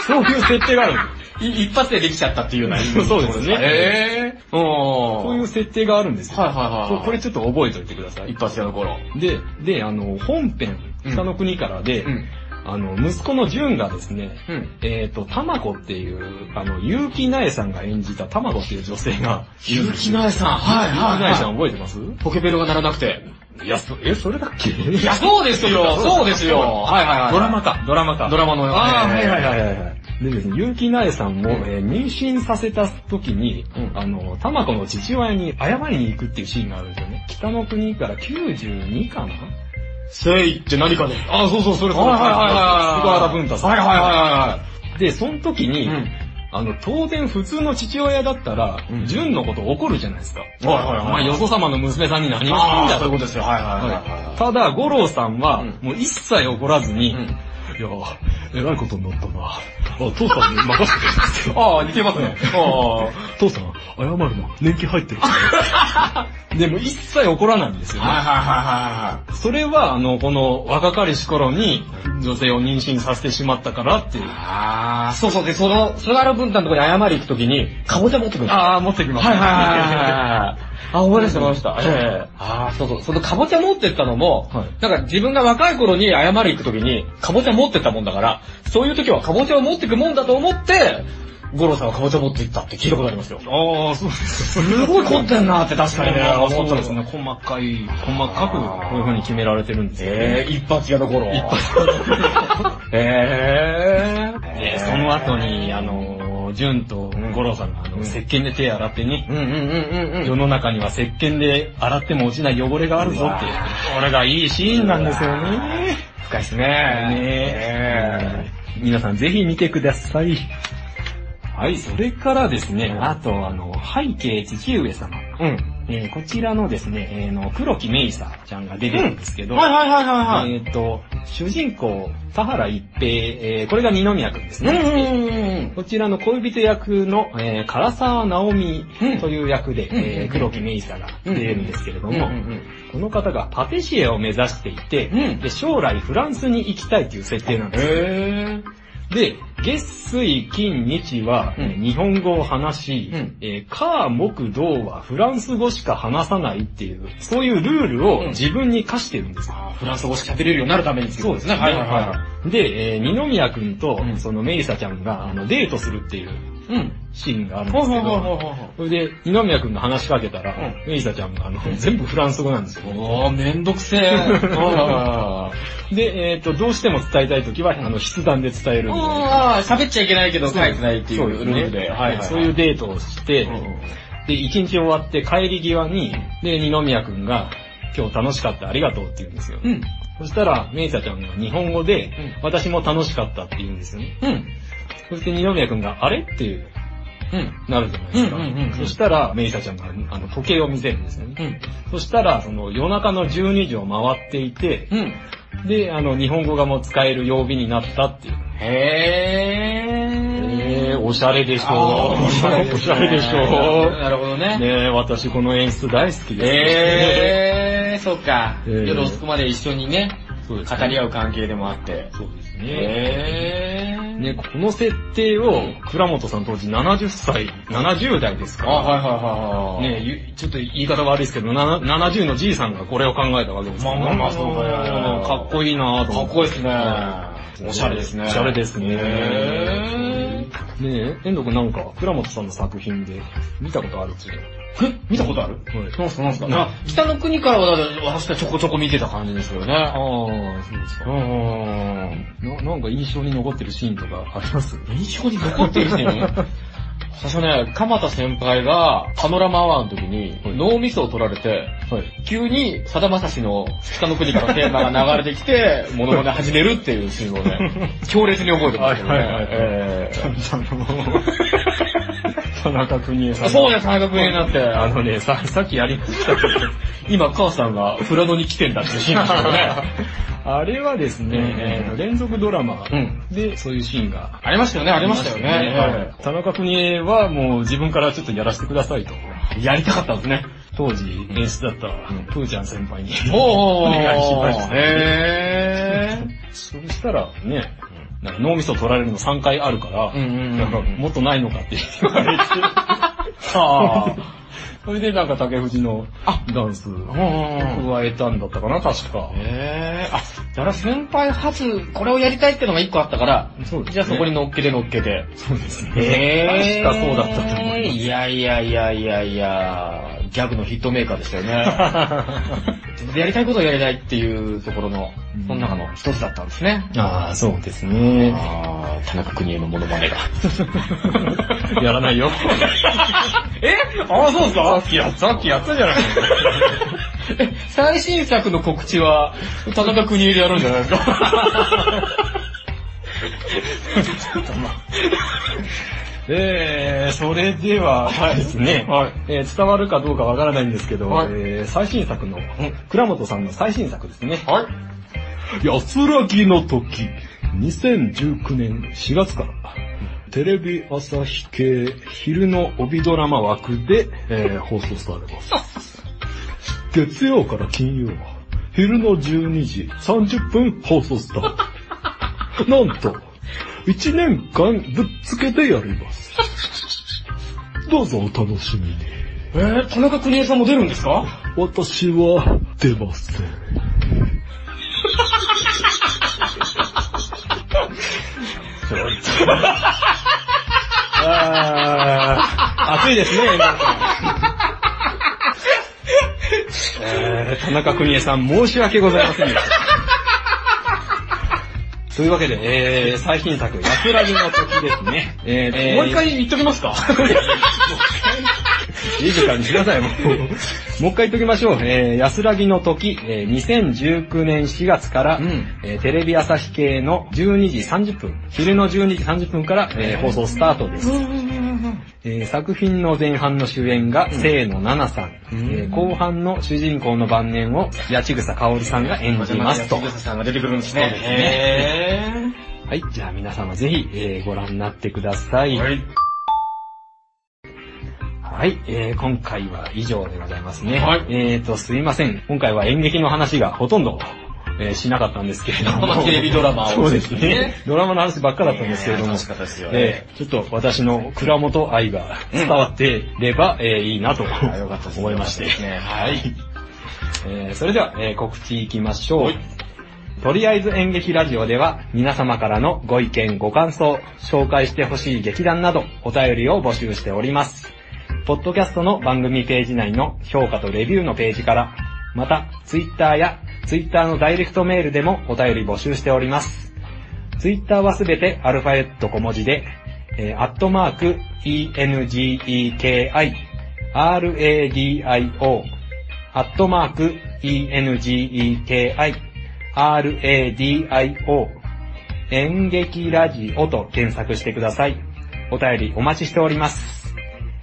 [SPEAKER 1] そういう設定があるんです。
[SPEAKER 2] い一発でできちゃったっていうような。
[SPEAKER 1] そうですね
[SPEAKER 2] へぇー。おー。
[SPEAKER 1] そういう設定があるんですよ。
[SPEAKER 2] はいはいはい。
[SPEAKER 1] これちょっと覚えておいてください
[SPEAKER 2] 一。発屋の頃。
[SPEAKER 1] で、で、あの、本編、
[SPEAKER 2] うん
[SPEAKER 1] 北の国からで、
[SPEAKER 2] うん。
[SPEAKER 1] あの、息子の純がですね、
[SPEAKER 2] うん。
[SPEAKER 1] えっ、と、たまこっていう、あの、結城苗さんが演じたたまこっていう女性がいるん
[SPEAKER 2] ゆ
[SPEAKER 1] で
[SPEAKER 2] う
[SPEAKER 1] す
[SPEAKER 2] き
[SPEAKER 1] よ、
[SPEAKER 2] なえさん。はいはい
[SPEAKER 1] 苗さ
[SPEAKER 2] は
[SPEAKER 1] ん覚えてます
[SPEAKER 2] い。ポケベルが鳴らなくて。
[SPEAKER 1] いや、そ、え、それだっけ
[SPEAKER 2] いや、そうですよ。そうですよ。はいはいはい。
[SPEAKER 1] ドラマ。か、ドラマか。
[SPEAKER 2] ドラマの。
[SPEAKER 1] ああ、はいはい
[SPEAKER 2] い。
[SPEAKER 1] はいはいはい。でですね、結城苗さんも、
[SPEAKER 2] うん
[SPEAKER 1] えー妊娠させた時に、
[SPEAKER 2] うん
[SPEAKER 1] あの、たまこの父親に謝りに行くっていうシーンがあるんですよね。北の国から92かな
[SPEAKER 2] せいって何かね。
[SPEAKER 1] あ、そうそう、それ
[SPEAKER 2] はいはいはいはい。
[SPEAKER 1] 菅原文太さん。
[SPEAKER 2] はいはいは
[SPEAKER 1] で、その時に、
[SPEAKER 2] いはい。
[SPEAKER 1] あの、当然普通の父親だったら
[SPEAKER 2] う、ん
[SPEAKER 1] 純、のこと怒るじゃないですか。
[SPEAKER 2] うん。はいはいはい。
[SPEAKER 1] お前よそ様の娘さんに何を
[SPEAKER 2] ああ、
[SPEAKER 1] す
[SPEAKER 2] そう
[SPEAKER 1] るだ
[SPEAKER 2] いうんことですよ。はいはいはい
[SPEAKER 1] は
[SPEAKER 2] はい
[SPEAKER 1] ただ、五郎さんは、
[SPEAKER 2] うん
[SPEAKER 1] もう一切怒らずに、
[SPEAKER 2] い。うん
[SPEAKER 1] いやー、えらいことになったな。あ、父さんに任せてください
[SPEAKER 2] ああ、似てますね。ああ。
[SPEAKER 1] 父さん、謝るな。年季入 ってるから。でも一切怒らないんですよ
[SPEAKER 2] はい
[SPEAKER 1] ね。
[SPEAKER 2] はいはいはい。
[SPEAKER 1] それは、あの、この若かりし頃に女性を妊娠させてしまったからっていう。
[SPEAKER 2] あー、そうそう。で、その、菅原文太のところに謝り行くときに、かぼちゃ持ってくるんですよ
[SPEAKER 1] あー、持ってきます。
[SPEAKER 2] はいはいはいはい。あ、思い出した思い出した。
[SPEAKER 1] ええ
[SPEAKER 2] あー、そうそう。そのかぼちゃ持ってったのも、
[SPEAKER 1] はい
[SPEAKER 2] なんか自分が若い頃に謝り行くときに、かぼちゃ持ってったもんだから、そういう時はかぼちゃを持ってくもんだと思って、五郎さんはかぼちゃ持って行ったって聞いたことありますよ。
[SPEAKER 1] ああ、そうです。
[SPEAKER 2] すごい凝ってんなって確かにね、
[SPEAKER 1] そ
[SPEAKER 2] 思
[SPEAKER 1] う
[SPEAKER 2] ったん
[SPEAKER 1] で
[SPEAKER 2] です
[SPEAKER 1] す
[SPEAKER 2] よ。
[SPEAKER 1] ね。細かい、細かくこういう風に決められてるんですよね。
[SPEAKER 2] えー、一発屋の頃。一発屋の頃。えー。
[SPEAKER 1] で、その後に、あの、純と五郎さんが、あの、
[SPEAKER 2] うん
[SPEAKER 1] 石鹸で手洗ってね、
[SPEAKER 2] うんうんうんうんうん。
[SPEAKER 1] 世の中には石鹸で洗っても落ちない汚れがあるぞって
[SPEAKER 2] うわ、
[SPEAKER 1] これがいいシーンなんですよ
[SPEAKER 2] うわ
[SPEAKER 1] ね。
[SPEAKER 2] 深いです
[SPEAKER 1] ね
[SPEAKER 2] ね。
[SPEAKER 1] え皆さんぜひ見てください。はい、それからですね、あと、あの、背景父上様。
[SPEAKER 2] うん。
[SPEAKER 1] えーこちらのですね、えーの、黒木メイサちゃんが出てるんですけど、
[SPEAKER 2] はいはいはいはいはい。
[SPEAKER 1] えっ、と、主人公、田原一平、えーこれが二宮くんです
[SPEAKER 2] うんうん
[SPEAKER 1] ね。
[SPEAKER 2] うんうん。
[SPEAKER 1] こちらの恋人役の、えー、唐沢直美
[SPEAKER 2] うん
[SPEAKER 1] という役で、
[SPEAKER 2] うんうんう
[SPEAKER 1] え
[SPEAKER 2] ん
[SPEAKER 1] ー、黒木メイサが出てるんですけれども、
[SPEAKER 2] うんうんうん
[SPEAKER 1] この方がパティシエを目指していて、
[SPEAKER 2] うん
[SPEAKER 1] で将来フランスに行きたいという設定なんですよ。
[SPEAKER 2] へ
[SPEAKER 1] で、月水金日は、
[SPEAKER 2] うん
[SPEAKER 1] えー日本語を話し、
[SPEAKER 2] うん
[SPEAKER 1] えー、火木道はフランス語しか話さないっていう、そういうルール
[SPEAKER 2] うん
[SPEAKER 1] を自分に課してるんですよ。
[SPEAKER 2] ー。フランス語しか喋れるようになるために
[SPEAKER 1] そうですね。
[SPEAKER 2] はいはいは
[SPEAKER 1] で、えー二宮くんと
[SPEAKER 2] う、ん
[SPEAKER 1] そのメイサちゃんが、あの、デートするっていう
[SPEAKER 2] い。うん。
[SPEAKER 1] シーンがあるんで
[SPEAKER 2] ほう
[SPEAKER 1] す
[SPEAKER 2] ほ
[SPEAKER 1] け
[SPEAKER 2] うほうほ
[SPEAKER 1] ど、
[SPEAKER 2] うほ
[SPEAKER 1] それで、二宮くんが話しかけたら、
[SPEAKER 2] う
[SPEAKER 1] メイサちゃんが、あの、全部フランス語なんですよ。
[SPEAKER 2] う。おー、めんどくせ え。あ
[SPEAKER 1] で、えっ、と、どうしても伝えたいときは、あの、筆談で伝えるみたいな。
[SPEAKER 2] あー、喋っちゃいけないけど書いてないってい
[SPEAKER 1] そううです
[SPEAKER 2] ル
[SPEAKER 1] ね
[SPEAKER 2] ールで。はいはい。
[SPEAKER 1] そういうデートをして、で、一日終わって帰り際に、で、二宮くんが、今日楽しかった、ありがとうって言うんですよ。
[SPEAKER 2] うん。うん。
[SPEAKER 1] そしたら、メイサちゃんが日本語で、私も楽しかったって言うんですよね。
[SPEAKER 2] うん。
[SPEAKER 1] そして二宮くんが、あれっていう、
[SPEAKER 2] うん。
[SPEAKER 1] なるじゃないですか。
[SPEAKER 2] うんうんうんうん
[SPEAKER 1] そしたら、メイサちゃんが、あの、時計を見せるんですよね。
[SPEAKER 2] うん。
[SPEAKER 1] そしたら、その、夜中の12時を回っていて、
[SPEAKER 2] うん。
[SPEAKER 1] で、あの、日本語がもう使える曜日になったっていう。
[SPEAKER 2] へ
[SPEAKER 1] えー、おしゃれでしょ
[SPEAKER 2] あーおしゃれ
[SPEAKER 1] おしゃれでし
[SPEAKER 2] な
[SPEAKER 1] ょ
[SPEAKER 2] るほどね。
[SPEAKER 1] ねえ、私この演出大好きです、
[SPEAKER 2] えー、そっか。
[SPEAKER 1] えー
[SPEAKER 2] 夜遅くまで一緒にね、
[SPEAKER 1] そうですね
[SPEAKER 2] 語り合う関係でもあって。
[SPEAKER 1] そうですね。
[SPEAKER 2] えー。
[SPEAKER 1] ね、この設定を、倉本さん当時70歳、70代です
[SPEAKER 2] あ、
[SPEAKER 1] から。
[SPEAKER 2] はいはいはいは
[SPEAKER 1] ね
[SPEAKER 2] い。
[SPEAKER 1] ゆちょっと言い方悪いですけど、なな70のじいさんがこれを考えたわけですから
[SPEAKER 2] まあまあまあそうだよ
[SPEAKER 1] かっこいいなぁと
[SPEAKER 2] か
[SPEAKER 1] 思
[SPEAKER 2] ってこいいですね。おしゃれですね。
[SPEAKER 1] おしゃれですね。
[SPEAKER 2] へ
[SPEAKER 1] ねえ、遠藤くんなんか、倉本さんの作品で見たことあるっていう
[SPEAKER 2] ーえ見たことある
[SPEAKER 1] はい
[SPEAKER 2] なんすかなんすか
[SPEAKER 1] な
[SPEAKER 2] な北の国からはだって私はちょこちょこ見てた感じですよね。
[SPEAKER 1] ああ、そうです
[SPEAKER 2] う。ん。
[SPEAKER 1] ななんか印象に残ってるシーンとかあります
[SPEAKER 2] 印象に残ってるシーン私はね、鎌田先輩がパノラマアワーの時に
[SPEAKER 1] はい
[SPEAKER 2] 脳みそを取られて、
[SPEAKER 1] はい。
[SPEAKER 2] 急にさだまさしの北の国からテーマが流れてき て、モノマネ始めるっていうシーンを ね、強烈に覚えてますけどね。
[SPEAKER 1] はいはいはい
[SPEAKER 2] え ー
[SPEAKER 1] 田中邦衛さん。
[SPEAKER 2] そうです、半額にな って。
[SPEAKER 1] あのね、さ、さっきや りましたけど、
[SPEAKER 2] 今、母さんがフラノに来てんだってシーンですよね。
[SPEAKER 1] あれはですね、えー連続ドラマ
[SPEAKER 2] うん
[SPEAKER 1] でそういうシーンが
[SPEAKER 2] ありましたよね、ありましたよね。
[SPEAKER 1] 田中邦衛はもう自分からちょっとやらせてくださいと。
[SPEAKER 2] やりたかったんですね。
[SPEAKER 1] 当時演出だったプーちゃん先輩に。
[SPEAKER 2] お
[SPEAKER 1] お願いします
[SPEAKER 2] へ
[SPEAKER 1] そしたらね、なんか脳みそ取られるの3回あるから、
[SPEAKER 2] うんうんうん
[SPEAKER 1] なんかもっとないのかって言わ れて、
[SPEAKER 2] は あ。
[SPEAKER 1] それでなんか竹藤のダンス
[SPEAKER 2] うんうんうん。
[SPEAKER 1] 加えたんだったかな、確か。
[SPEAKER 2] えー、あ、だから先輩初、これをやりたいってのが一個あったから、
[SPEAKER 1] そうですね
[SPEAKER 2] じゃあそこに乗っけて乗っけて。
[SPEAKER 1] そうです
[SPEAKER 2] え
[SPEAKER 1] 確かそうだったと思います。
[SPEAKER 2] いやいやいやいやいや、ギャグのヒットメーカーでしたよ ね。やりたいことをやれないっていうところの、
[SPEAKER 1] うん
[SPEAKER 2] その中の一つだったんですね。
[SPEAKER 1] ああ、そうですね。
[SPEAKER 2] あー田中邦衛のモノマネが。
[SPEAKER 1] やら ないよ。
[SPEAKER 2] えああ、そうです
[SPEAKER 1] さ
[SPEAKER 2] か
[SPEAKER 1] っきやった、さっきやったじゃない
[SPEAKER 2] え 最新作の告知は、田中邦衛でやるんじゃないですか
[SPEAKER 1] えー、それではですね、
[SPEAKER 2] はい
[SPEAKER 1] えー伝わるかどうかわからないんですけど、
[SPEAKER 2] はい
[SPEAKER 1] えー最新作の、倉本さんの最新作ですね。
[SPEAKER 2] はい。
[SPEAKER 1] 安らぎの時、2019年4月から、テレビ朝日系昼の帯ドラマ枠で、えー放送されます。月曜から金曜、昼の12時30分放送スタート。なんと、1年間ぶっつけてやります。どうぞお楽しみに。
[SPEAKER 2] えー、田中邦衛さんも出るんですか
[SPEAKER 1] 私は出ません。あー暑いですね、なんかえー田中邦衛さん、申し訳ございませんでした。というわけで、えー、最新作、安らぎの時ですね。えー
[SPEAKER 2] もう一回言っときますか
[SPEAKER 1] いい時間にしなさい、もう。もう一回言っときましょう。えー、安らぎの時、えー2019年4月から、
[SPEAKER 2] うん
[SPEAKER 1] えーテレビ朝日系の12時30分、昼の12時30分から、えー放送スタートです。えー作品の前半の主演が、清野奈々さん,、
[SPEAKER 2] うん
[SPEAKER 1] えー後半の主人公の晩年を、八千草香織さんが演じますと。
[SPEAKER 2] さんが出てくるんです
[SPEAKER 1] ね
[SPEAKER 2] ね。
[SPEAKER 1] はい、じゃあ皆様ぜひ、えーご覧になってください。
[SPEAKER 2] は
[SPEAKER 1] はい、
[SPEAKER 2] い。
[SPEAKER 1] えー今回は以上でございますね。
[SPEAKER 2] はい
[SPEAKER 1] えーと、すいません。今回は演劇の話がほとんど、えーしなかったんですけれども。
[SPEAKER 2] まあテレビドラマを
[SPEAKER 1] そうですね。ドラマの話ばっかだったんですけれども。
[SPEAKER 2] ねえ楽しかったですよね
[SPEAKER 1] えーちょっと私の蔵元愛が伝わっていれば、えーいいなと
[SPEAKER 2] あよかったです
[SPEAKER 1] 思いまして。
[SPEAKER 2] ねはい。
[SPEAKER 1] えーそれでは、えー告知いきましょう
[SPEAKER 2] はい。
[SPEAKER 1] とりあえず演劇ラジオでは皆様からのご意見、ご感想、紹介してほしい劇団などお便りを募集しております。ポッドキャストの番組ページ内の評価とレビューのページから、また、ツイッターやツイッターのダイレクトメールでもお便り募集しております。ツイッターはすべてアルファベット小文字で、えーアットマーク、engeki, radio, アットマーク、engeki, radio, 演劇ラジオと検索してください。お便りお待ちしております。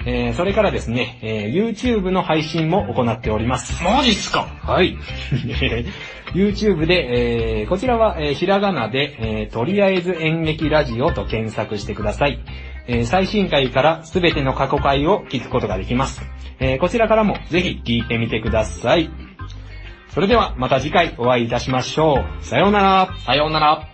[SPEAKER 1] えーそれからですね、えー YouTube の配信も行っております。
[SPEAKER 2] マジっすか
[SPEAKER 1] はい。YouTube で、えーこちらは、えーひらがなで、えーとりあえず演劇ラジオと検索してください。えー最新回からすべての過去回を聞くことができます。えーこちらからもぜひ聞いてみてください。それではまた次回お会いいたしましょう。さようなら。
[SPEAKER 2] さようなら。